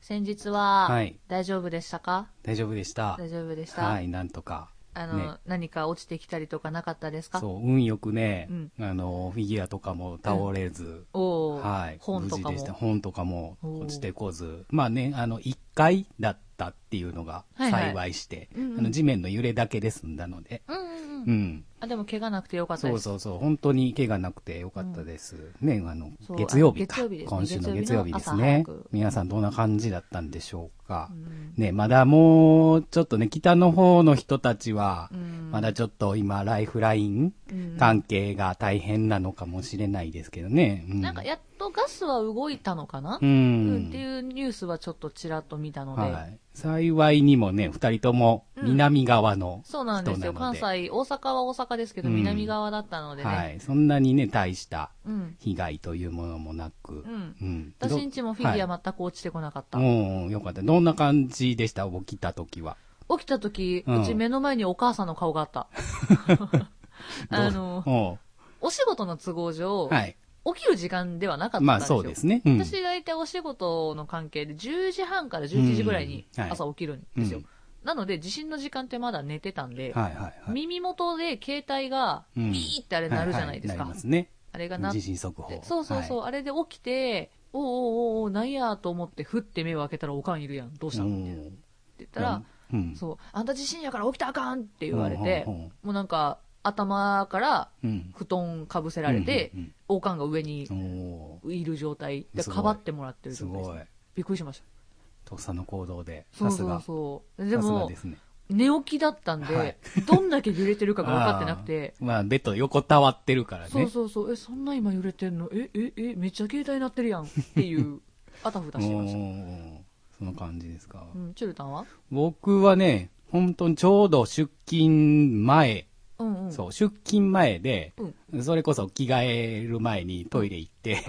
先日は、はい大丈夫でしたか大丈夫でした。大丈夫でした、はい、なんとか。あの、ね何か落ちてきたりとかなかったですかそう、運よくね、うんあの、フィギュアとかも倒れず、おーはい、本と無かも事でした。本とかもおー落ちてこず、まあね、あの、1階だったっていうのがはいはい幸いして、うんうんあの地面の揺れだけで済んだので、うんうんううんん。あでも怪我なくてよかったそでうすそうそう、本当に怪我なくてよかったです。ね、あのそう、月曜日月か、曜日ですね今週の月曜日で月す曜日の朝早ねく。皆さんどんな感じだったんでしょうかう。んね、まだもう、ちょっとね、北の方の人たちはう、んまだちょっと今、ライフラインうん関係が大変なのかもしれないですけどね。うなんかやっとガスは動いたのかな、ううんってん。いうニュースはちょっとちらっと見たので、はい。幸いにもね、二人とも南側の人そうななのんで。ですよ、関西、大阪は大阪ですけど、うん南側だったのでね、はい。そんなにね、大したうん、被害というものもなく。うんうん。私んちもフィギもュア全く落ちてこなかった、うん、よかった。どんな感じでした起きた時は。起きた時、ううんち目の前にお母さんの顔があった、 どあのおお仕事の都合上、うはい。起きる時間ではなかったんですよ、まあそうですね。うん。私、大体お仕事の関係で、10時半から11時ぐらいにうんはい朝起きるんですよ、うんなので、地震の時間ってまだ寝てたんで、はいはいはい。耳元で携帯が、うビんーってあれ鳴るじゃないですか。ははなりますね。あれが鳴っ地て、震速報。そうそうそう、はあれで起きて、おうおうおうおうなんやと思って、ふって目を開けたらおかんいるやん、どうい。したのうみんたいなって言ったら、、うん。そう、あんた地震やから起きたらあかんって言われて、うんうんうんもうなんか、頭からうん。布団かぶせられて、うん王冠が上にうんうん、おいる状態で、すごいかばってもらってーるす状態ですごい。びっくりしました。とっさの行動で、そさうすそがう。そう。でさすがもで、すね。寝起きだったんで、はい、どんだけ揺れてるかが分かってなくて あー。まあ、ベッド横たわってるからそうね。そうそう、え、そんな今揺れてんのえ、え、え、めっちゃ携帯鳴ってるやんっていう、あたふたしてました。ん。その感じですか。うん、チュルタンは僕はね、本当にちょうど出勤前、うんうん。そう、出勤前で、うん。それこそ着替える前にトイレ行って、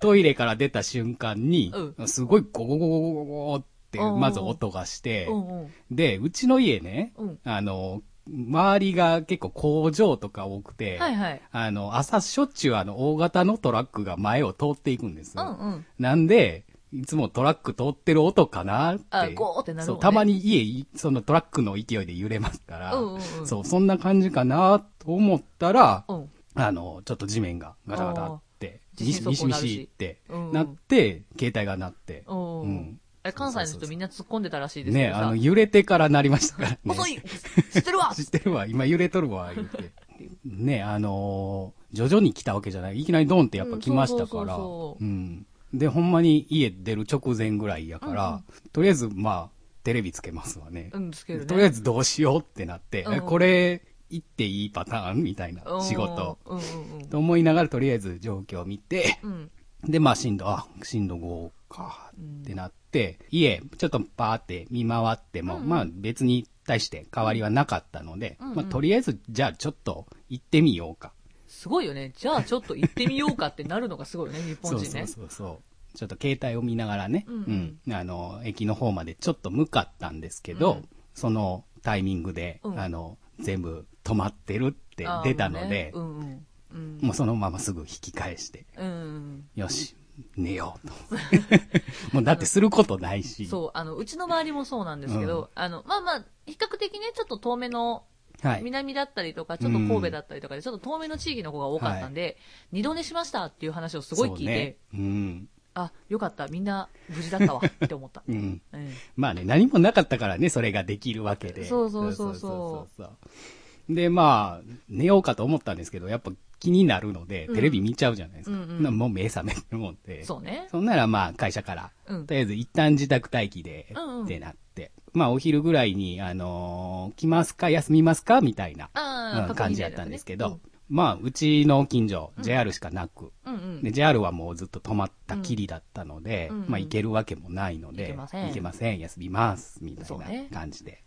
トイレから出た瞬間に、すごいゴゴゴゴゴゴゴって、うんまず音がしてう、んうん。で、うちの家ね、うん。あの、周りが結構工場とか多くて、はいはい。あの、朝しょっちゅうあの、大型のトラックが前を通っていくんですうよ。んうん。なんで、いつもトラック通ってる音かなって。あゴーってなるもんねそう、たまに家、そのトラックの勢いで揺れますから、うんうんうんそう、そんな感じかなと思ったら、うん。あの、ちょっと地面がガタガタって、あーミシミ地震速シミなるしシってうんうんなって、携帯が鳴って。うんううんん。あれ関西の人みんな突っ込んでたらしいですけね、どあさの、揺れてから鳴りましたからね。遅い知ってるわ 知ってるわ、今揺れとるわ、言って。ね、あのー徐々に来たわけじゃない。いきなりドンってやっぱ来ましたから。うんそうそうそううそん。で、ほんまに家出る直前ぐらいやから、うんうとりあえず、まあ、テレビつけますわね。うん、つけるね。とりあえずどうしようってなって、うんえこれ、行っていいパターンみたいなうん仕事。。うんうんと思いながら、とりあえず状況を見て、うん。うん。で、まあ、震度、あ、震度5か、ってなって、家、ちょっとパーって見回っても、うんうんまあ、別に対して変わりはなかったので、うんうんまあ、とりあえず、じゃあちょっと行ってみようか。すごいよね。じゃあちょっと行ってみようかってなるのがすごいよ ね、日そ本う人そねう。そうそう。ちょっと携帯を見ながらね、うんうんうんあの、駅の方までちょっと向かったんですけど、うんそのタイミングで、うんあの、全部止まってるってあー出たので、もうねうんうん。うんもうそのまますぐ引き返して、うんよし、寝よ うと。もうだってすることないし。そう、あの、うちの周りもそうなんですけど、うんあの、まあまあ、比較的ね、ちょっと遠めの、はい。南だったりとか、ちょっと神戸だったりとかで、ちょっと遠めの地域の子が多かったんで、二度寝しましたっていう話をすごい聞いて、そうね。うん。あ、よかった、みんな無事だったわって思 った。うん。うんまあね、何もなかったからね、それができるわけで。そうそうそうそうそうそうで、まあ、寝ようかと思ったんですけど、やっぱ気になるので、うんテレビ見ちゃうじゃないですか。うんうんなもう目覚めるもんで。そうね。そんならまあ、会社から、うんと。りあえず一旦自宅待機で、うんうんってなって。まあ、お昼ぐらいに、あのー来ますか休みますかみたいな、あうあ、ん感じやったんですけど確認。まあ、うちの近所、JR しかなく、だよね。うんうん。で、JR はもうずっと止まったきりだったので、うんまあ行けるわけもないので、行けません行せん休みます、みたそういねな感じで。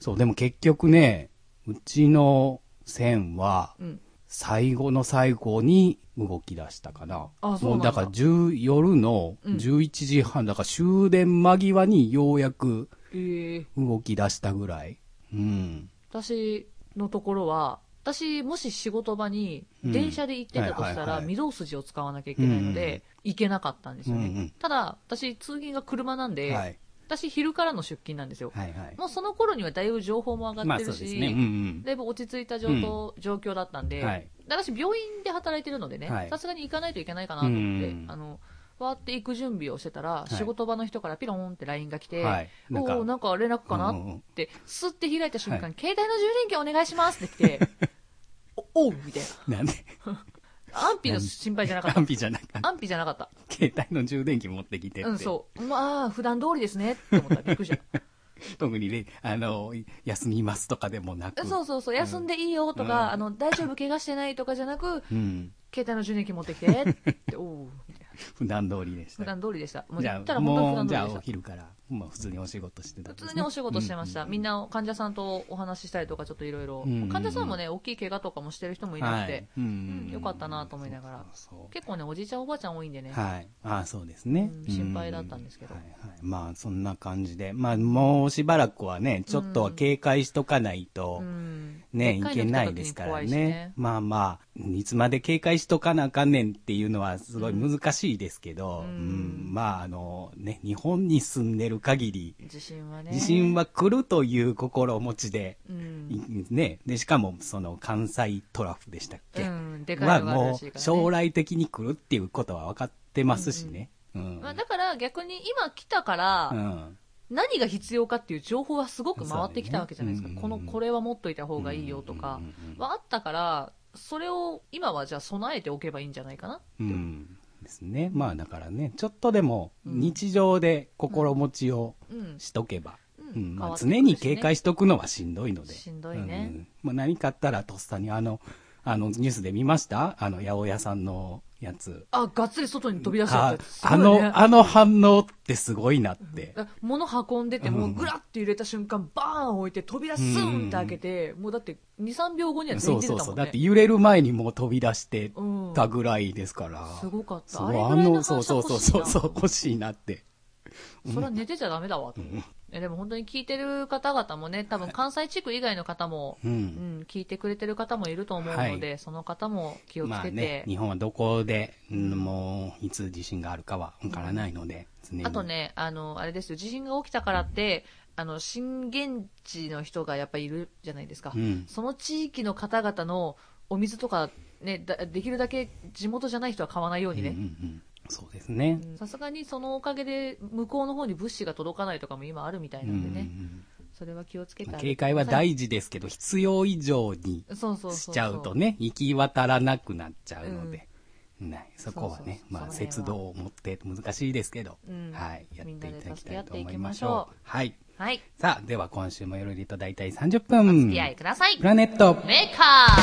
そう、でも結局ね、うちの線は、うん。最後の最後に動き出したかな。あそうなんもだだから10夜のうん11時半、だから終電間際にようやくえー動き出したぐらい。うん。私のところは、私、もし仕事場に電車で行ってたとうしたんはいはいら、はい御堂筋を使わなきゃいけないのうんうで、行けなかったんですようんうんね。ただ、私、通勤が車なんい。はで、い。私、昼からの出勤なんですよ。はいはい。もうその頃にはだいぶ情報も上まがっあてそるうですね。うし、んだいぶ落ち着いた状況状況だったんうん。で、はい。で私、病院で働いてるのでねはい、さすがに行かないといけないかなと思って、うんあの、わーって行く準備をしてたら、い仕事場の人からピローンって LINE が来て、はい。おおー、なんか連絡かなうっんうんうんって、スッて開いた瞬間、は携帯の充電器お願いしますって来 て、おおうみたいなんで、な。安否の心配じゃなかっ安否じゃなくた。安否じゃなかった。携帯の充電器持ってきてって。うん、そう。まあ、普段通りですねって思った。びっく りした。特にね、あの、休みますとかでもなく。そうそうそう、休んでいいよとうんか、あの、大丈夫、怪我してないとかじゃなく、うん。携帯の充電器持ってきて、 って、おうみたいな普段通りでし普た。段通りでした。もうじ言ゃったあ、ら本当にもう、普じゃ段通りでした。あお昼から、まあ普通にお仕事してたんですね普通にお仕事してました。うんみんな患者さんとお話ししたりとか、ちょっといろいろうんうんうん。患者さんもね、大きい怪我とかもしてる人もいなくて、うんよかったなと思いながらそうそう結構ね、おじいちゃんおばあちゃん多いんでね、はい。ああ、そうですねう。ん心配だったんですけどうはいはい。まあ、そんな感じで。まあ、もうしばらくはね、ちょっとは警戒しとかないと、ね、いけないですからね。まあまあ、いつまで警戒しとかなあかんねんっていうのはすごい難しいですけど、うんうんまあ、あの、ね、日本に住んでる限り、地震はね地震は来るという心持ちで、うん、いね、で、しかもその関西トラフでしたっけ、うん、でかはいのがあるらしもいから、うね、将来的に来るっていうことは分かってますしね。うん。まあ、だから逆に今来たから、うん何が必要かっていう情報はすごく回ってきたわけじゃないですか、そうだよこねのこれは持っといた方がいいよとかうんうんうんうんはあったからそれを今はじゃあ備えておけばいいんじゃないかなうん。ですね。まあだからね、ちょっとでもうん日常で心持ちをうん、しとけば、うんうん変まあわってくる常に警戒しとくのはしんどいので。しんどいねうんまあ何かあったらとっさにあの、あのニュースで見ましたあの八百屋さんのやつ。あがっつり外に飛び出しちゃっあたすあごいねの、あの反応ってすごいなって。だ物運んでてもうぐらって揺れた瞬間バーン置いて扉スーンって開けて、もうだって23秒後には全そ員う出てそうたそもう。んだっねて揺れる前にもう飛び出してうんたぐらいですから。すごかっそたうあれぐあらいのの、反射そう欲しいなそうそうそうそう、欲しいなって。それは寝てちゃダメだわと、えでも本当に聞いてる方々もね多分関西地区以外の方も、う。うんん、聞いてくれてる方もいると思うので、その方も気をつまあけて、ね、日本はどこで、うんもういつ地震があるかは分からないので、常にあとねあのあれですよ地震が起きたからってあの震源地の人がやっぱりいるじゃないですか、うんその地域の方々のお水とか、ね、だできるだけ地元じゃない人は買わないようにうんうんねうんそうですね。うんさすがにそのおかげで向こうの方に物資が届かないとかも今あるみたいなんでね、うんそれは気をつけてあげて警戒は大事ですけど、必要以上にそうそうそうしそうちゃうとね、行き渡らなくなっちゃうので、ねそこはねそうそう、まあ、その辺は節度を持って難しいですけど、うんはい、やっていただきたいと思みんなで助け合っていましいきましょょうう。はい。はいさあ、では今週もよろりと大体30分。お付き合いください、プラネット。メーカ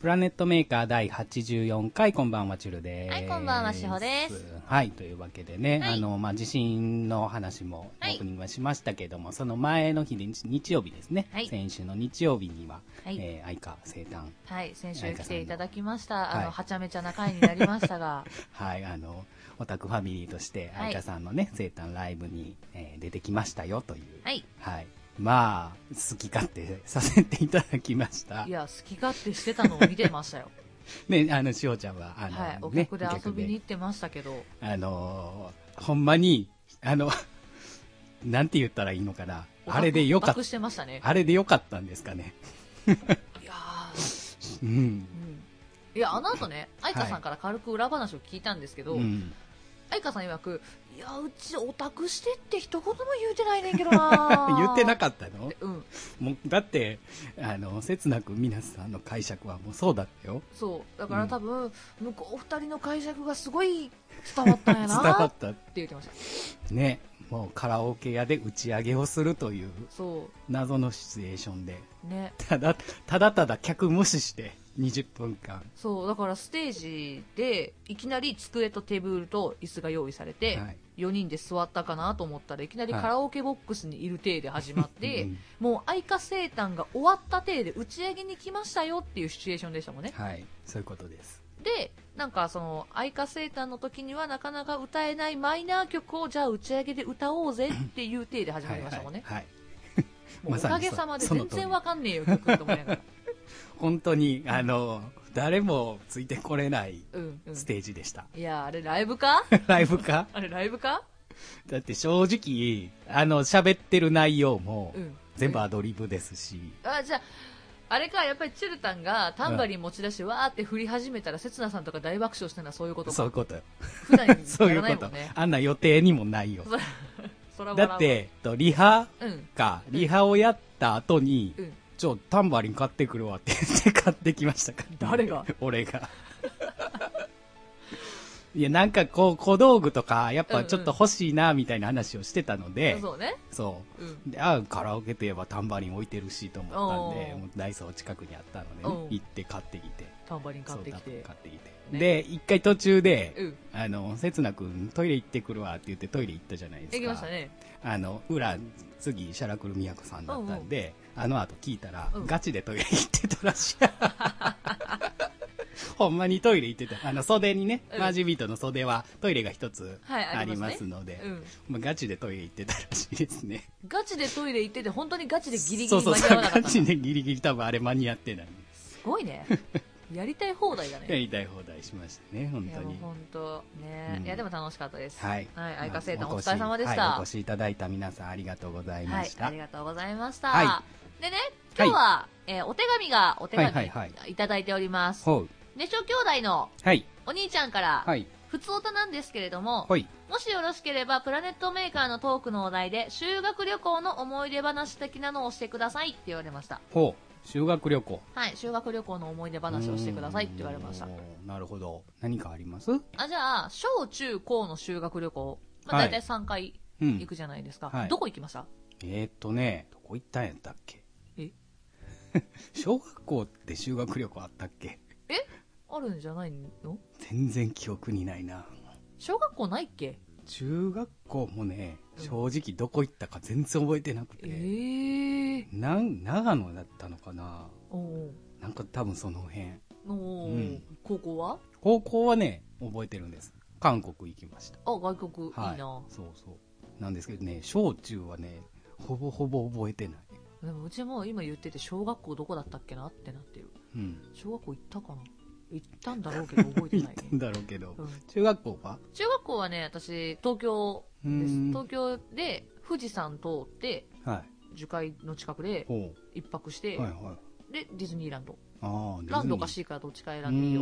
プラネットメーカー第84回、こんばんは、ちゅるです。はいこんばんはしほです。はい、というわけでね、はいあの、まあ、地震の話もオはいープニングはしましたけども、その前の日で、日日曜日ですね、はい先週の日曜日には、はいえー愛花生誕、ーはい先週来ていただきましたあさんのはいのはちゃめちゃな回になりましたがはい、あの、オタクファミリーとして、はい愛花さんのね、生誕ライブに、えー出てきましたよという、はいはい。まあ、好き勝手させていただきましたい。や好き勝手してたのを見てましたよね、あの、しおちゃんは、あの、はいおね、客でお遊びに行ってましたけどあのーほんまに、あの、なんて言ったらいいのかな。あれでよかっお客してましたねあれでよかったんですかね。いやーうん。うんいやあの後ね愛花さんから軽く裏話を聞いたんですけど、うん愛花さん曰くいやうちオタクしてって一言も言うてないねんけどな 言ってなくかったのうんもうだって、あの、切なく皆さんの解釈はもうそうだったよ。そうだから多分、向こう二人の解釈がすごい伝わったんや伝なわっってた。言ってま したね。もうカラオケ屋で打ち上げをするというそ謎のシチュエーションで、うねただ、ただただ客無視して20分間。そうだからステージでいきなり机とテーブルと椅子が用意されて、はい4人で座ったかなと思ったらいきなりはいカラオケボックスにいる体で始まって、 うんもう愛花生誕が終わった体で打ち上げに来ましたよっていうシチュエーションでしたもんねはい。そういうことです。でなんかその愛花生誕の時にはなかなか歌えないマイナー曲をじゃあ打ち上げで歌おうぜっていう体で始まりましたもんね、はいはい、はい。もうおかげさま で全然わかんねえよ曲と思いながら、本当に、あの、誰もついてこれないうん うスん、テージでした。いやあれライブか ライブかあれライブかだって正直、あの、喋ってる内容もうん全部アドリブですし、あじゃああれかやっぱりチルタンがタンバリン持ち出してわーって振り始めたら刹那さんとか大爆笑したのはそういうことかそういうことよ。普段や そういうらないこもとんね。。あんな予定にもないよ。そら笑うわだっ、て、とリハうん。か、リハをやった後に、うんちょ、タンバリン買ってくるわって言って買ってきましたから、誰が 俺が。いや、なんかこう、小道具とか、やっぱちょっと欲しいな、みたいな話をしてたので、そうね。そううん。であカラオケといえばタンバリン置いてるしと思ったんでおーもうダイソー近くにあったので、うん行って買ってきてタンバリン買ってきそうて。買ってきて、ねで一回途中で、うん。あの刹那君トイレ行ってくるわって言ってトイレ行ったじゃないですか行きましたね。あの裏次シャラクル宮子さんだったんで、あの後聞いたら、うんガチでトイレ行ってた らしいほんまにトイレ行ってたあの袖にね、うんマージビートの袖はトイレが一つはいあありりまますすので、うん。まあ、ガチでトイレ行ってたらしいですねガチでトイレ行ってて、本当にガチでギリギそうリ間に合そうそうわなかガった。チすでギリギリ多分あれ間に合ってないごいね。やりたい放題だや ね。りたい放題しましたね本いや、当もうに本当。ねうんいや、でも楽しかったです。はいはい。相川生誕まあお疲れ様でした。はいお越しいただいた皆さんありがとうございまはいし、たありがとうございました。はでね、今日は、えーお手紙が、お手紙、はいいはいはいただいております。ほうねしょ兄弟のはいお兄ちゃんから、はい普通歌なんですけれども、ほいもしよろしければ、プラネットメーカーのトークのお題で、修学旅行の思い出話的なのをしてくださいって言われました。ほう修学旅行はい、修学旅行の思い出話をしてくださいって言われましたう。ーんなるほど何かありますあ、じゃあ、小中高の修学旅行、まあ、はい大体3回う行んくじゃないですか。はいどこ行きましたえーっとねどこ行ったんやったっけえ 小学校って修学旅行あったっけあるんじゃないの全然記憶にないな小学校ないっけ中学校もねうん正直どこ行ったか全然覚えてなくて、えー、なん長野だったのかなおうなんか多分その辺おう、うん高校は高校はね覚えてるんです韓国行きましたあ外国いいな、はいそうそうなんですけどね小中はねほぼほぼ覚えてないでもうちも今言ってて小学校どこだったっけなってなってるうん小学校行ったかな行ったんだろうけど覚えて 行なっいたんねだろうけどうん、中学校は中学校はね私東京うーですん東京で富士山通っては樹海の近くでいほ一泊して、うはいはいでディズニーランドああランドかシーかどっちか選んでいい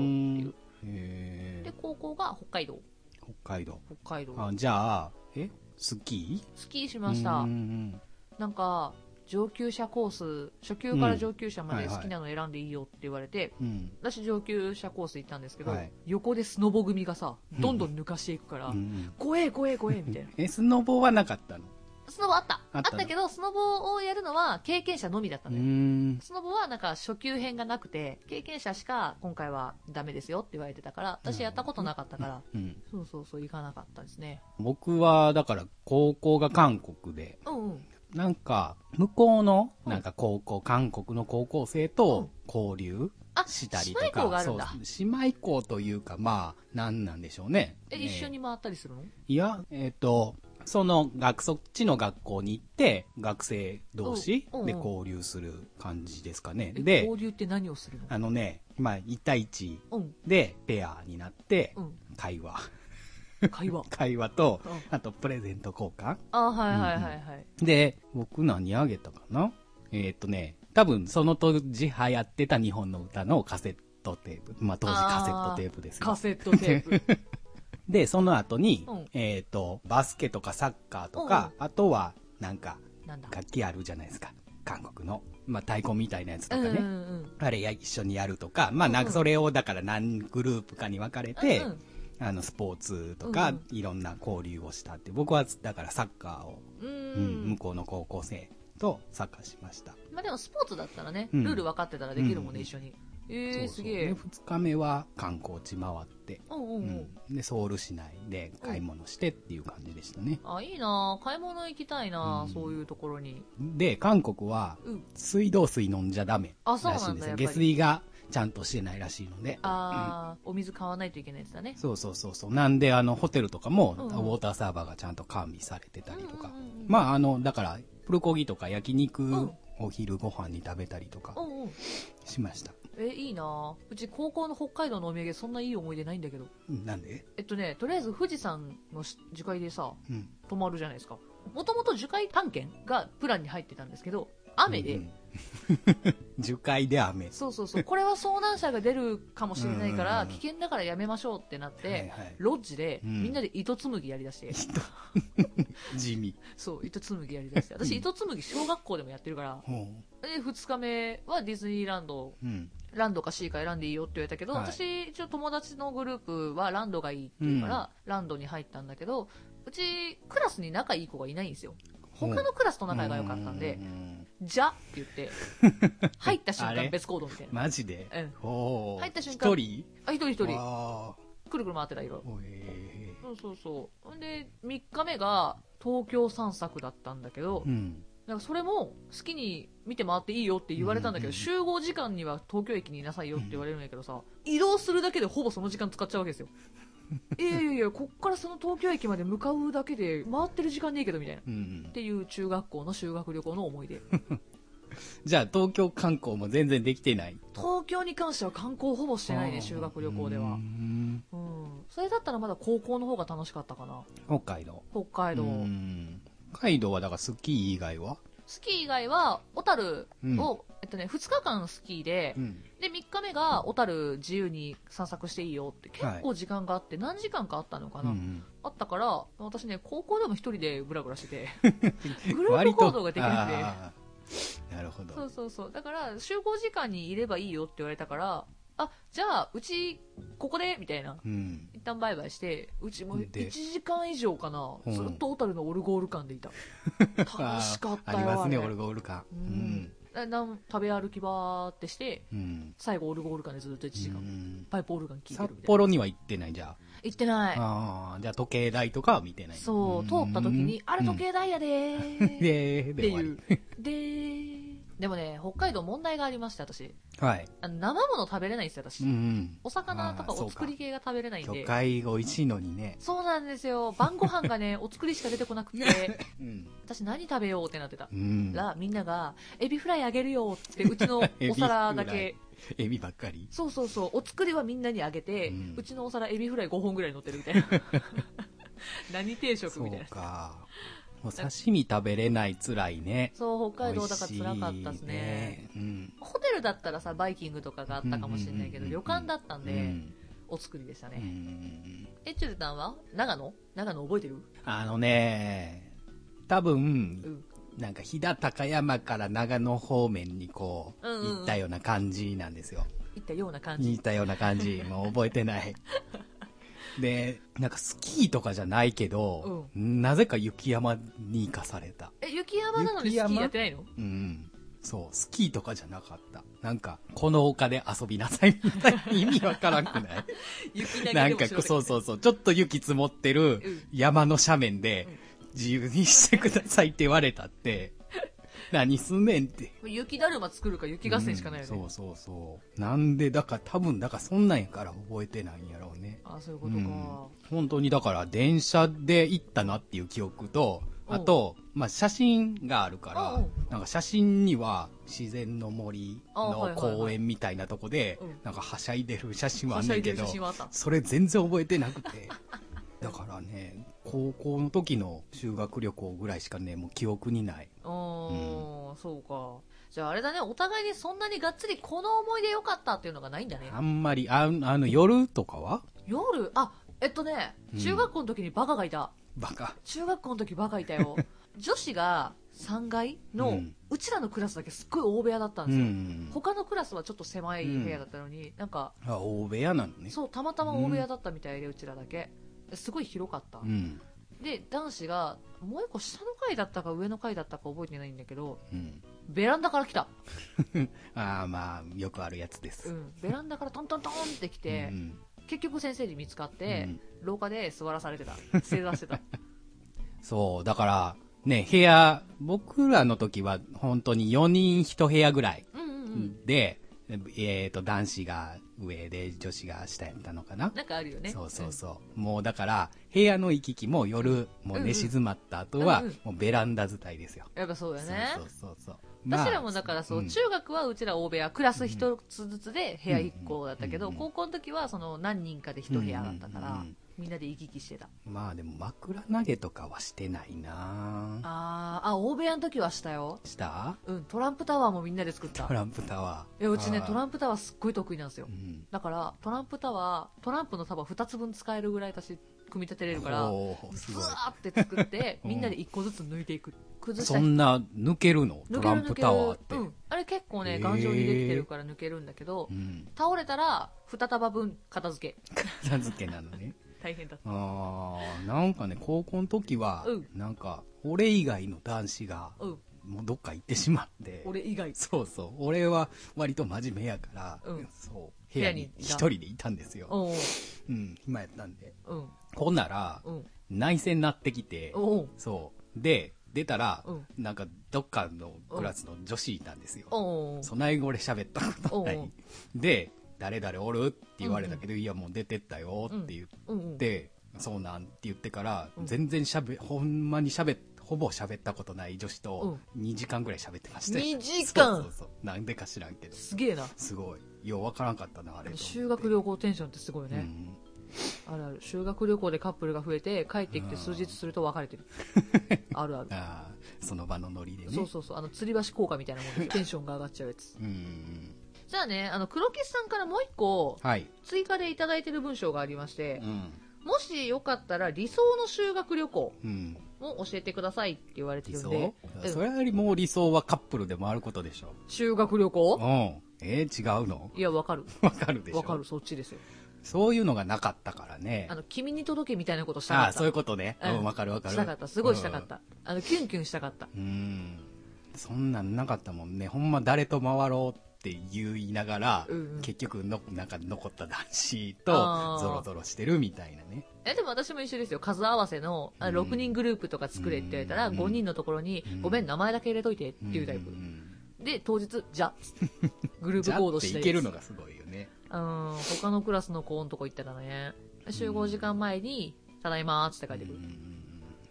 よっていうへでえ高校が北海道北海道北海道あじゃあえスキースキーしましたうんうんなんか上級者コース初級から上級者まうでんはいはい好きなの選んでいいよって言われて、うん私上級者コース行ったんですけど、はい横でスノボ組がさうんどんどん抜かしていくから、うんうん怖え怖え怖えみたいなえスノボはなかったのスノボあったああっったたのけどスノボをやるのは経験者のみだったうーのよんスノボはなんか初級編がなくて経験者しか今回はダメですよって言われてたから私やったことなかったから、うんそうそうそう行かなかったですね僕はだから高校が韓国でうんうんなんか向こうのうんなんか高校、韓国の高校生と交流あしたりと姉妹校がかあるそんうだ姉妹校というかまあ何なんでしょうねえね一緒に回ったりするのいやえっ、とその学そっちの学校に行って学生同士うんうんで交流する感じですかね、えで交流って何をするのあのねまあ1対1うんでペアになってうん会話、会話会話とうんあとプレゼント交換あはいはいはいはい、で、僕何あげたかなえーっとね、多分その当時流行ってた日本の歌のカセットテープ。まあ当時カセットテープですカよ。セットテープ で、その後に、うんえーっと、バスケとかサッカーとか、あとはなんかなんだ楽器あるじゃないですか。韓国の。まあ太鼓みたいなやつとかね。うんうんうんあれや一緒にやるとか、まあなんうんうかんそれをだから何グループかに分かれて、うんあのスポーツとか、うんうんいろんな交流をしたって、僕はだからサッカーをうん、ううんん、向こうの高校生とサッカーしました。まあ、でもスポーツだったらね、うんルール分かってたらできるもんね、うん一緒にえー、すげでえ。 2日目は観光地回って、おうおうおうう、ん、でソウル市内で買い物してっていう感じでしたね、あ、いいなあ買い物行きたいなあ、うんそういうところに。で韓国はうん。水道水飲んじゃダメあらそうなんだしいんですやよっぱり下水がちゃんとしてないらしいのであー、お水買わないといけないやつだね。そうそうそうそうなんであのホテルとかも、うんうんウォーターサーバーがちゃんと完備されてたりとか、うんうんうんうんまああのだからプルコギとか焼肉、うんお昼ご飯に食べたりとかおうおう。しました、え、いいなあうち高校の北海道のお土産そんないい思い出ないんだけど。うんなんで、えっとね、とりあえず富士山のし樹海でさ、うん、泊まるじゃないですか。もともと樹海探検がプランに入ってたんですけど、雨で、うん 樹海で雨そうそうそう、これは遭難者が出るかもしれないかうら、んうんうん危険だからやめましょうってなって、はいはいロッジで、うんみんなで糸紡ぎやりだして、地味そう、糸紡ぎやりだして、私、糸紡ぎ小学校でもやってるから、ほで、2日目はディズニーランド、う、うん、ランドか C か選んでいいよって言われたけど、はい私、一応友達のグループはランドがいいって言うから、ランドに入ったんだけど、うち、クラスに仲いい子がいないんですよ。ほう他のクラスと仲が良かったんで、ううんじゃって言 って、入った瞬あ間れ別行動みたいな。マジで、うんほう入った瞬間一あ、一人一人人。あくるくる回ってた、色ー。ほうえそうそうそう。ほんで、3日目が東京散策だったんだけどー、うんなんかそれも好きに見て回っていいよって言われたんだけうんうど、ん集合時間には東京駅にいなさいよって言われるんやけどさ、移動するだけでほぼその時間使っちゃうわけです よ。いやいやいや、こっからその東京駅まで向かうだけで回ってる時間ねえけどみたいな。うんうっん、ていう中学校の修学旅行の思い出。じゃあ東京観光も全然できてない東京に関しては観光ほぼしてないね、修学旅行でうは。んうん。それだったらまだ高校の方が楽しかったかな。北海道北海道。うん北海道はだからスキー以外は、スキー以外は、小樽を、えっとね、2日間スキーで、で、3日目が小樽自由に散策していいよって、結構時間があって、何時間かあったのかな、うんあったから、私ね、高校でも一人でブラブラして て、うんグループ行動ができなくて割とあーなるほどそうそうそう。だから、集合時間にいればいいよって言われたから、あ、じゃあ、うち、ここで、みたいな。うん一旦バイバイして、うちもで1時間以上かな、うんずっと小樽のオルゴール館で いた。楽しかったよ。あーありますねあれオルゴールかうん。だなん食べ歩きばーってして、うん最後オルゴール館でずっと1時間、うんパイプオルガン聴いて札るみたいな。幌には行ってないじゃ行ってあ、ない。ああーじゃあ時計台とかは見てないそう、通った時に、あれ時計台やでうんー。 でってで終わいりう。でー。でもね、北海道問題がありまして、私。はいあの生もの食べれないんですよ、私。うんうんお魚とかあーそうお作り系が食べれないん魚で。介美味しいのにねそうなんですよ。晩ご飯がね、お作りしか出てこなくて、うん私何食べようってなってたう。んら、みんなが、エビフライあげるよって、うちのお皿だ エビフライけ。エビばっかりそうそうそう、お作りはみんなにあげて、ううんちのお皿エビフライ5本ぐらい乗ってるみたい な。何定食そみたいなう。かもう刺身食べれないつらいねそう、北海道だから辛かったですね美味しいねホテルだったらさ、バイキングとかがあったかもしれないけど、うんうんうんうん旅館だったんうんで、お作りでしたうんうね。んえ、チュルタンは長野長野覚えてるあのね多う分ん。なんか飛騨高山から長野方面にこううんうんうん行ったような感じなんですよ行ったような感じ。行ったような感 じもう覚えてないでなんかスキーとかじゃないけど、なぜか雪山に行かされたえ、雪山なのにスキ雪山ーやってないのうん。そう、スキーとかじゃなかった。なんか、この丘で遊びなさいみたいな意味わからんくない雪投げなでんもかしろ、そうそうそう、ちょっと雪積もってうるん山の斜面で、自由にしてくださいって言われた って、何すんねんって。雪だるま作るか雪合戦しかないよね。うんそうそうそう。なんで、だから多分、だからそんなんやから覚えてないんやろうね。あ、そういうことか。うん本当にだから電車で行ったなっていう記憶と、うんあと、まあ、写真があるから、うんうんなんか写真には自然の森あはいのはいはい公園みたいなとこでうん、なんかはしゃいでる写真はあはんしゃねんいでけるど写、真はあった。それ全然覚えてなくて。 だからね、高校の時の修学旅行ぐらいしかね、もう記憶にない。うーん、そうか。じゃああれだね、お互いにそんなにがっつりこの思い出良かったっていうのがないんだねあ。んまり、ああの、夜とかは夜、あ、えっとね、中学校の時にバカがいた。バカ。中学校の時バカいた よ女子が3階の、ううんちらのクラスだけすっごい大部屋だったんですよ、ん。他のクラスはちょっと狭い部屋だったのに、なんかあ、大部屋なのね。そうたまたま大部屋だったみたいで、うちらだけすごい広かった、うん。で男子がもう一個下の階だったか上の階だったか覚えてないんだけどうん。ベランダから来た、ああまあよくあるやつです、うん、ベランダからトントントンって来て、うん結局先生に見つかって、うん廊下で座らされてた正座して たそうだからね部屋僕らの時は本当に4人1部屋ぐらいうんうんうんで、えっ、と男子が上で女子が下やったのかななんかあるよねそうそうそう、もうだから部屋の行き来も夜もうんううん寝静まった後は、うんうんもうベランダ伝いですよ、うんやっぱそうだよねそうそうそうそう私らもだからそう、ん中学はうちら大部屋クラス一つずつで部屋一個だったけど、うんうん高校の時はその何人かで一部屋だったから、うんうんうんみんなで行き来してたまあでも枕投げとかはしてないなあーあ大部屋の時はしたよしたうんトランプタワーもみんなで作ったトランプタワーいやうちねあートランプタワーすっごい得意なんですよ、うんだからトランプタワートランプの束2つ分使えるぐらい私組み立てれるからおーずすごいわーって作ってうんみんなで1個ずつ抜いていく崩したそ人んな抜けるの抜トけラるン抜プけるタワーって、うん、あれ結構へねー頑丈にできてるから抜けるんだけど、うん倒れたら2束分片付け片付けなのね大変だっあーなんかね高校の時は、うんなんか俺以外の男子がたうんもうどっか行ってしまって俺以外そうそう俺は割と真面目やから、うんそう部部屋屋にに一人でいたんですよ、おううん、暇やったんでうんほんならうん内戦になってきておうそうで出たら、うんなんかどっかのクラスの女子いたんですよ、おうそないごれ喋ったことなおういで誰々おるって言われたけど、いやもう出てったよって言ってうんうんでそうなんって言ってから、うん全然しゃべほんまにしゃべほぼ喋ったことない女子と2時間ぐらい喋ってましたよ、 2時間そうそうそうなんでか知らんけどすげえなすごいようわからんかったなあれと思って修学旅行テンションってすごいね、うんあるある修学旅行でカップルが増えて帰ってきて数日すると別れて るあるあるあーその場のノリでねそうそうそうあの吊り橋効果みたいなもんです よテンションが上がっちゃうやつうんじゃあねあの黒木さんからもう一個はい、追加でいただいてる文章がありましてう、んもしよかったら理想の修学旅行うん、も教えてくださいって言われて理るん想でうんそれよりも理想はカップルで回ることでしょ修学旅う行んえー、違うの いやわかるわかるでしょわかるそっちですよそういうのがなかったからねあの君に届けみたいなことしたあかあっそうたいうことねうんうんわかるわかるしたかったすごいしたかった、あのキュンキュンしたかったうんそんなんなかったもんねほんま誰と回ろうって言いながら、うんうん結局のなんか残った男子あとーゾロゾロしてるみたいなねえでも私も一緒ですよ数合わせのあうん6人グループとか作れって言われたらうん5人のところにうんごめん名前だけ入れといてっていうタイプんで当日じゃっつって グルーじプゃコーあドってしいてけるのがすごいよねうん他のクラスの子のとこ行ったらね集合時間前に「ただいま」っつって帰うっんてくる、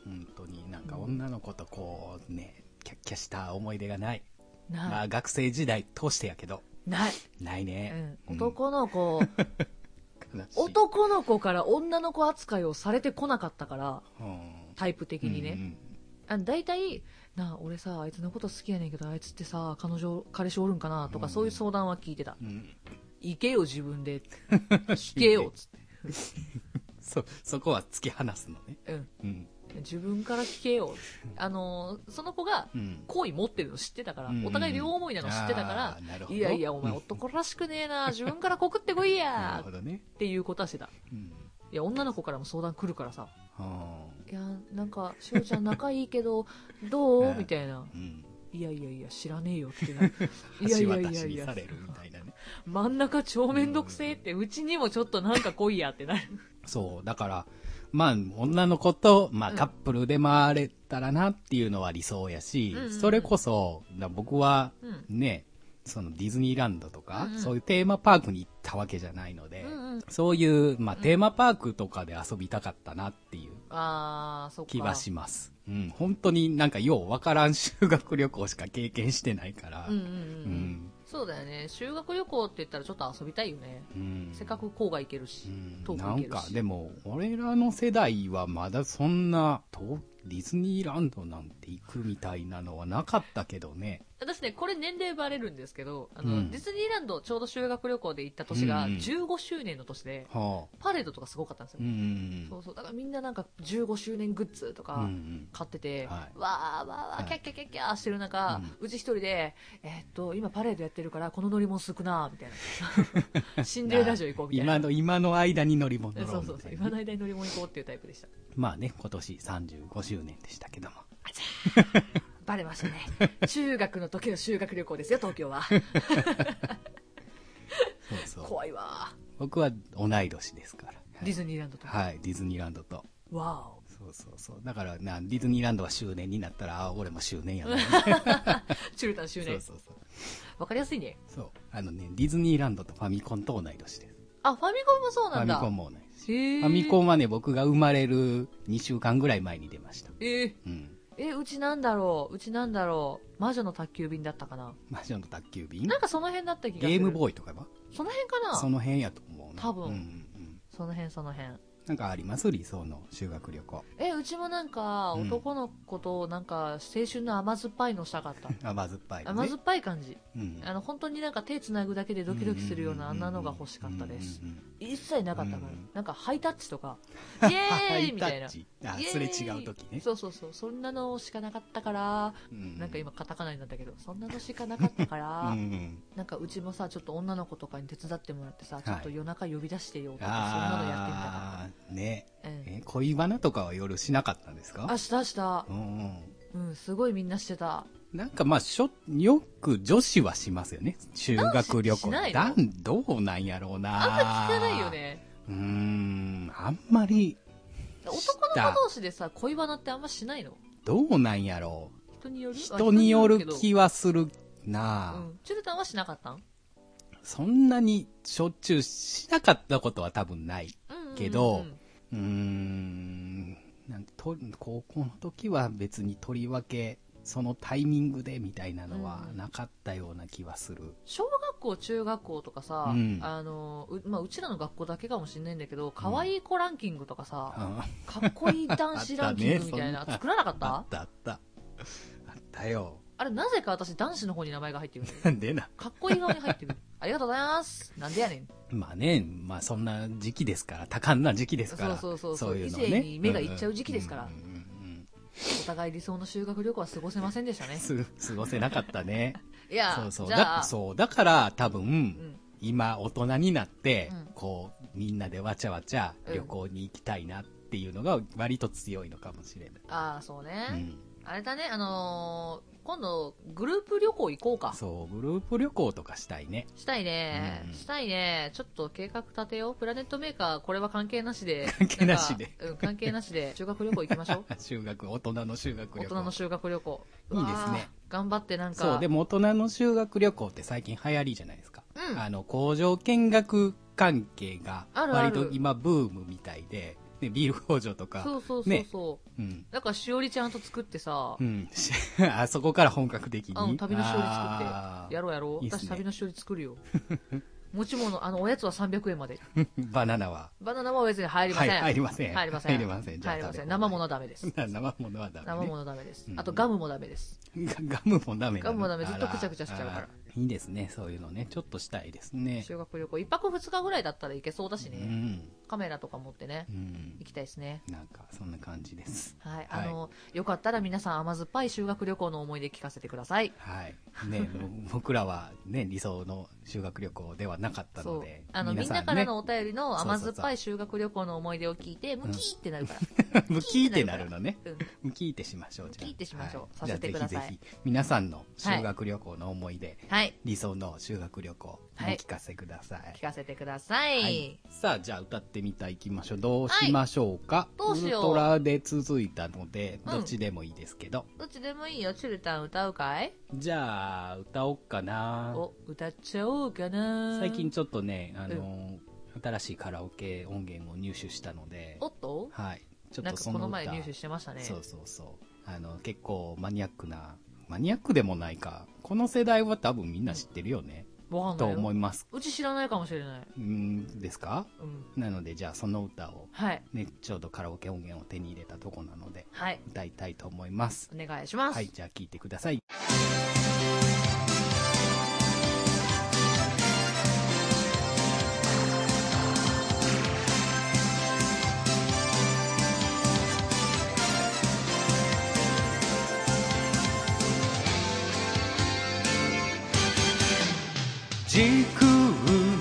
本当になんか女の子とこうねキャッキャした思い出がない、まなあい学生時代通してやけどない、ないね、う、うんん男の 子、悲しい男の子から女の子扱いをされてこなかったからうんタイプ的にね、うんうんあの大体なあ俺さあいつのこと好きやねんけどあいつってさ彼女彼氏おるんかなとか、うんそういう相談は聞いてたうん行けよ自分 で聞けよっつっそそこは突き放すのねて、うん、うん自分から聞けよあのーその子がうん好意持ってるの知ってたから、うんお互い両思いなの知ってたからあ、ーなるほどいやいやお前男らしくねえな自分から告ってこい なるやほどね、っていうことはしてたうんいや女の子からも相談来るからさあいやなんかしおちゃん仲いいけどどう うんみたいなーうん、いやいやいや知らねえよってなるいやい 橋やい渡やしいにやされるみたいなね真ん中超めんどくせえって、うちにもちょっとなんか来いやってなる。そうだからまあ女の子と、まあ、うんカップルで回れたらなっていうのは理想やし、うんうんうんそれこそだ僕はうんねそのディズニーランドとか、うんうんそういうテーマパークに行ったわけじゃないので、うんうんそういう、まあ、テーマパークとかで遊びたかったなっていうあー、そっか。気はします、うん、本当になんかようわからん修学旅行しか経験してないから、うんうんうんう。うんんそうだよね。修学旅行って言ったらちょっと遊びたいよね。うんせっかく郊外行けるし、う遠んくな行んけるかし。でも俺らの世代はまだそんな東ディズニーランドなんて行くみたいなのはなかったけどね私ね、これ年齢バレるんですけど、あの、うんディズニーランドちょうど修学旅行で行った年がうんうん15周年の年で、はあパレードとかすごかったんですよ。うんうんそうそう。だからみんななんか15周年グッズとうんうか、ん買ってて、はわいーわーわはーいキャッキャッキャッキャーしてる中、ううんち一人で、えーっと今パレードやってるからこの乗り物少なーみたい なシンデレラ城行こうみたいな今の今の間に乗り物乗そろううみそうたそうい今なの間に乗り物行こうっていうタイプでしたまあね今年35周年でしたけどもバレましたね中学の時の修学旅行ですよ東京はそうそう。怖いわ僕は同い年ですから。ディズニーランドとか、はい、ディズニーランドと。わおそうそうそう。だからな、ディズニーランドは周年になったら、あ俺も周年やな。チュルタン周そう年そうそう。わかりやすいねそう。あのね、ディズニーランドとファミコンと同い年です。あファミコンもそうフなんァミだコンも同い年。へーファミコンはね、僕が生まれる2週間ぐらい前に出ました。えーうん。えうちなんだろううちなんだろう魔女の宅急便だったかな魔女の宅急便なんかその辺だった気がすゲるームボーイとかはーその辺かなそその辺やと思うな。多分うんうんの辺その辺うん。なんかあります理想の修学旅行。えうちもなんかうん男の子となんか青春の甘酸っぱいのしたかった、甘酸っぱいの ね。甘酸っぱい感じうんあの本当になんか手つなぐだけでドキドキするようなあんなのが欲しかったですうんうんうん一切なかったから、うんなんかハイタッチと かイエハーイイみタたいッなチ。あイエーイすれ違う時ね。そうそうそうそんなのしかなかったから、なんか今カタカナになったけどそんなのしかなかったかうんら、うんなんかうちもさちょっと女の子とかに手伝ってもらってさ、いちょっと夜中呼び出してよとかそんなああねのやってみたかった、うんえ恋バナとかは夜しなかったんですかあしたしたう、んうんうん、すごいみんなしてたなんかまあしょよく女子はしますよね修学旅行男子しないの男どうなんやろうなあんま聞かないよねうーんあんまり男の子同士でさ恋バナってあんましないのどうなんやろう人による人によるあ人気はするなけど、うん、チュルタンはしなかったんそんなにしょっちゅうしなかったことは多分ないうんうんうんけどうーんなんと高校の時は別にとりわけそのタイミングでみたいなのはうんなかったような気はする、小学校中学校とかさ、うんあのう,、まあ、うちらの学校だけかもしれないんだけど可愛い子ランキングとか さ、あかっこいい男子ランキングみたいあなったねそんな作らなかったあったあったあったよあれなぜか私男子の方に名前が入ってる んだよなんでなかっこいい側に入ってくる。ありがとうございます。なんでやねん。まあねまあそんな時期ですから多感な時期ですからそうそうそうそういうの異ね性に目がいっちゃう時期ですからうんうんお互い理想の修学旅行は過ごせませんでしたね。うんす過ごせなかったねいや、そうそうじゃだ あ、そうだから多分、うん今大人になって、うんこうみんなでわちゃわちゃうん旅行に行きたいなっていうのが割と強いのかもしれない、ああ、そうね、うんあれだね、あのー今度、グループ旅行行こうか。そうグループ旅行とかしたいねしたいね、うんしたいね。ちょっと計画立てよう。プラネットメーカー、これは関係なしで。関係なしで。んかうん、関係なしで、修学旅行行きましょう 修学大人の修学大旅行人の修学旅行。いいですねうわー。頑張ってなんか。そうでも大人の修学旅行って最近流行りじゃないですか、うんあの工場見学関係があるあ割ると今ブームみたいでねビール工場とかそうそうそうそう。うん、だから、しおりちゃんと作ってさ、うん、 しあそこから本格的にあうん旅のしおり作あってーやろうやろういいっす私ね旅のしおり作るよ持ち物あのおやつは300円ま でバナナは バナナは別に入りません、はい、入りません。入りません入りません。じゃあ入りません食べ生ものダメです生ものはダメ、ね。生ものダメです、うんあとガムもダメですガ ガムもダメなの。ガムもダメあらずっとくちゃくちゃしちゃうからあらいいですね、そういうのね。ちょっとしたいですね。修学旅行一泊二日ぐらいだったらいけそうだしうね、ん。カメラとか持ってねうん。行きたいですねなんか、そんな感じです。はい、あのよかったら皆さん甘酸っぱい修学旅行の思い出聞かせてくださいはい。ね、 もう僕らはね、理想の修学旅行ではなかったのそうで。あのみん皆さなからのお便りの甘酸っぱそうそうそうい修学旅行の思い出を聞いてムキーってなるかね、 もう聞いてなるのね。ら、うん、聞いてしましょう、じゃあ聞いてしましょうはいさせてくださいじゃあぜひぜひ、皆さんの修学旅行の思い出、はい理想の修学旅行、おはい聞かせください聞。かせてください、はい、さあじゃあ歌ってみたいきましょうどうしましょうか、どうしようウルトラで続いたのでうんどっちでもいいですけど、どっちでもいいよチュルタン歌うかいじゃあ歌おっかなお歌っちゃおうかな最近ちょっとねあの、新しいカラオケ音源を入手したのでおっとはいちょっなんとかそこの歌の前入手してましたねそうそうそうあの結構マニアックなマニアックでもないかこの世代は多分みんな知ってるよね、わかとんない思よいますうち知らないかもしれないうーんですかうんなのでじゃあその歌をはいねちょうどカラオケ音源を手に入れたとこなのではい歌いたいと思います。お願いします、はい、じゃあ聞いてください。時空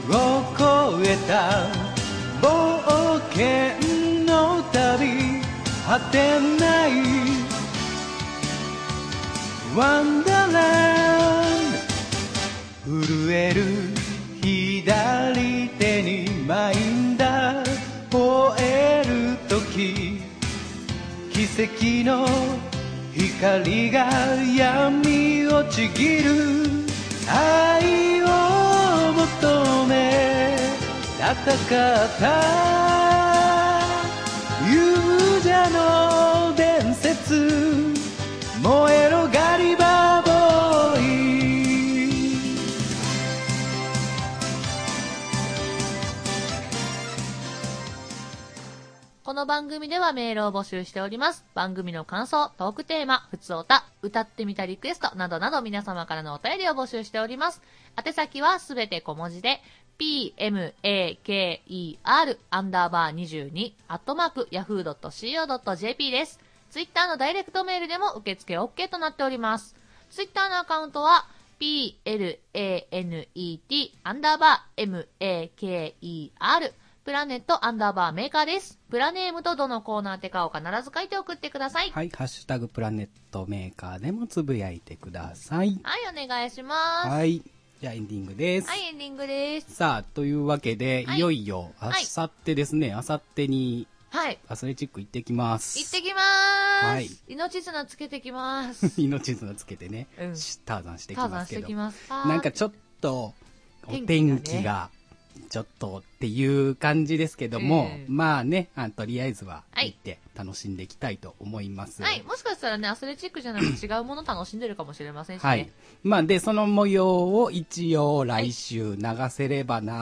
を越えた冒険の旅果てないワンダーランド震える左手にマインダー吠える時奇跡の光が闇をちぎる愛を求め戦った勇者の伝説燃えろガリバーボーイこの番組ではメールを募集しております。番組の感想、トークテーマ、ふつおた、歌ってみたリクエストなどなど皆様からのお便りを募集しております。宛先はすべて小文字で、pmaker アンダーバー22アットマーク yahoo.co.jp です。ツイッターのダイレクトメールでも受付 OK となっております。ツイッターのアカウントは、planet アンダーバー maker プラネットアンダーバーメーカーです。プラネームとどのコーナーてかを必ず書いて送ってください。はい、ハッシュタグプラネットメーカーでもつぶやいてください。はい、お願いします。ははい。じゃあエンディングです。い、エンディングです。さあ、というわけで、はいい、よいよ、あはいさってですね、あさってにはい、アスレチック行ってきます。行ってきます。はい命綱つけてき ます。命綱つけてね、うんしターザンしてきターザまンすしけてどき。ます。なんかちょっと、お天天気気がが、ちょっとっていう感じですけども、ええまあねあ、とりあえずははい行って楽しんでいきたいと思います。はい、もしかしたらね、アスレチックじゃなくて違うもの楽しんでるかもしれませんしね。はい。まあ、で、その模様を一応来週流せればな、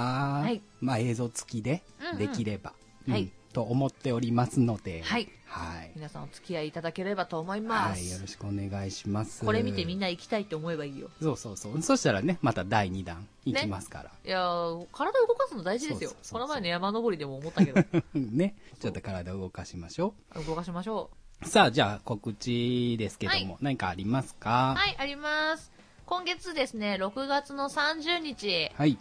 はいまあ、映像付きでうんうんできれば、はいうんと思っておりますので、はいはい。皆さんお付き合いいただければと思いまはい、よす。ろしくお願いします。これ見てみんな。な行きたいって思えばいいよ。そうそうそう。そしたらね、また第2弾いきますから。いやー、体を動かすの大事ですよ。そうそうそうそこうの前の山登りでも思ったけど、 ね。ちょっと体を動かしましょ動かしましょう。さあ、じゃあ告知ですけども、何かありますう。 かはい、あります。今月ですね、6月の30日、はい。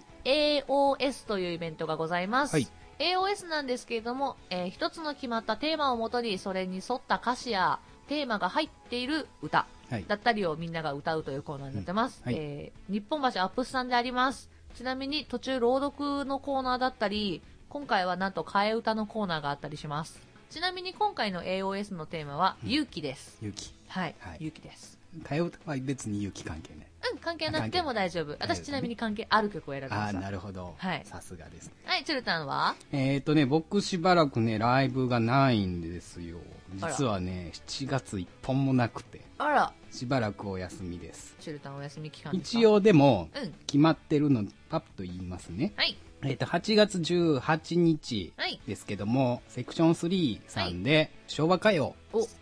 AOS というイベントがございます。はい。 AOS なんですけれども、えー一つの決まったテーマをもとに、それに沿った歌詞やテーマが入っている歌はい。だったりをみんなが歌うというコーナーになってます。うんはいえー日本橋アップスさんであります。ちなみに途中朗読のコーナーだったり、今回はなんと替え歌のコーナーがあったりします。ちなみに今回の AOS のテーマは、勇気です。勇気。はい、はい勇気です。歌謡は別に勇気関係ない。うん、関係なくても大丈夫。係ない私ちなみに関係ある曲を選びまああしー、た。なるほど。はいさすがですね。はい、チュルタンはえっ、とね、僕しばらくね、ライブがないんですよ。あら実はね、7月1本もなくて、あら、しばらくお休みです。チュルタンお休み期間ですか一。応でも、うん。決まってるの、パッと言いますね。はい。えっ、と、8月18日はいですけども、セクション3さんで、昭和歌謡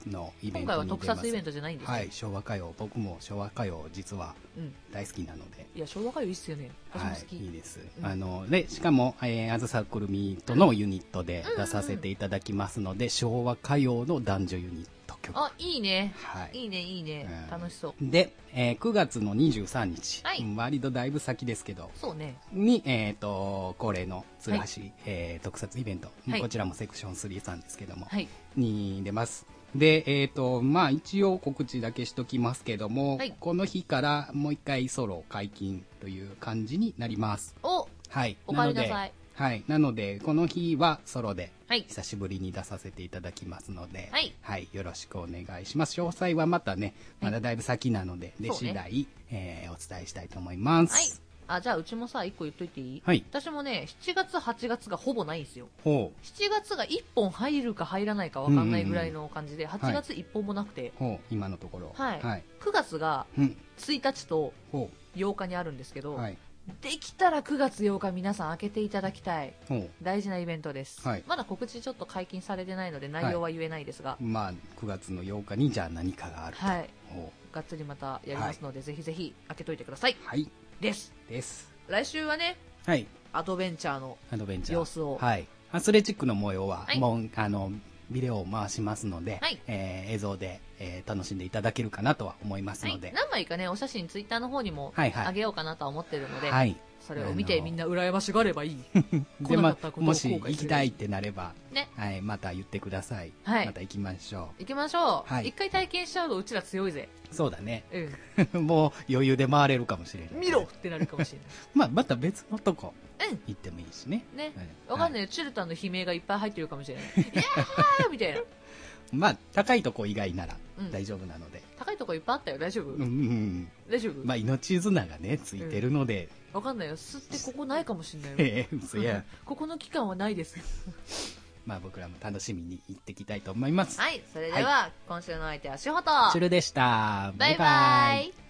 のイベ今回ントに出ます。は特撮イベントじゃないんですね。はい、昭和歌謡。僕も昭和歌謡、実はうん。大好きなので。いや、昭和歌謡いいっすよね。私もは好き。い、いいです、うんあのでしかも、えー、あずさくるみとのユニットで出させていただきますので、昭和歌謡の男女ユニット曲、はあ、いいね。い、いいね、いいねうん。楽しそう。で、えー、9月の23日、はい割とだいぶ先ですけどそうね。に、えー、と恒例の鶴橋、えー特撮イベント、はいこちらもセクション3さんですけども、はい。に出ます。で、えっ、と、まあ一応告知だけしときますけども、はいこの日からもう一回ソロ解禁という感じになります。お、はい。おかえりなのさでい。はい。なので、この日はソロで、はい。久しぶりに出させていただきますので、はいよろしくお願いします。詳細はまたね、はまいだだいぶ先なので、で、そうね次第、えーお伝えしたいと思いまはいす。。あ、じゃあうちもさ、一個言っといていいはい私もね、7月、8月がほぼないんですよ。ほ7月が1本入るか入らないかわかんないぐらいの感じで、8月1本もなくてう、、ほう、今のところ。はいはい。 9月がうん。 1日とほ8日にあるんですけう。ど、はい。できたら9月8日皆さん開けていただきたい。ほ大事なイベントです、はいまだ告知ちょっと解禁されてないので内容は言えないですがう。、まあ、9月の8日に、じゃあ何かがあると。はいほ。がっつりまたやりますので、ぜひぜひ開けといてくださいうはい。ですです。来週はねはい。アドベンチャーのアドベンチャー。様子をはい。アスレチックの模様は、はいもう、あの、ビデオを回しますので、はいえー映像で、えー楽しんでいただけるかなとは思いますはのいで。何枚かねお写真ツイッターの方にもはいはいあげようかなとは思ってるので、はい。それを見てみんな羨ましがればい いで、来なかまったあ、ことを後も悔すしる行きたいってなれば、ねはい、また言ってください。はいまた行きましょ行きましょう一、はい回体験しちゃうとうちら強いぜう。そうだね。 うんもう余裕で回れるかもしれない。見ろってなるかもしれないまあ、また別のとこ うん行ってもいいしね。ねはいわかんはないいよ、チュルタンの悲鳴がいっぱい入ってるかもしれ ない。いやーみたいな。まあ、高いとこ以外ならうん大丈夫なので。高いとこいっぱいあったよ、大丈夫、うん、うん、大丈う夫ん。まあ、命綱がね、ついてるので、わかんないよ吸ってここないかもしれないよえ え嘘や。ここの期間はないですまあ、僕らも楽しみに行ってきたいと思います。はい、それでは、今週のお相手はしほと。チュルでした。バイバイ。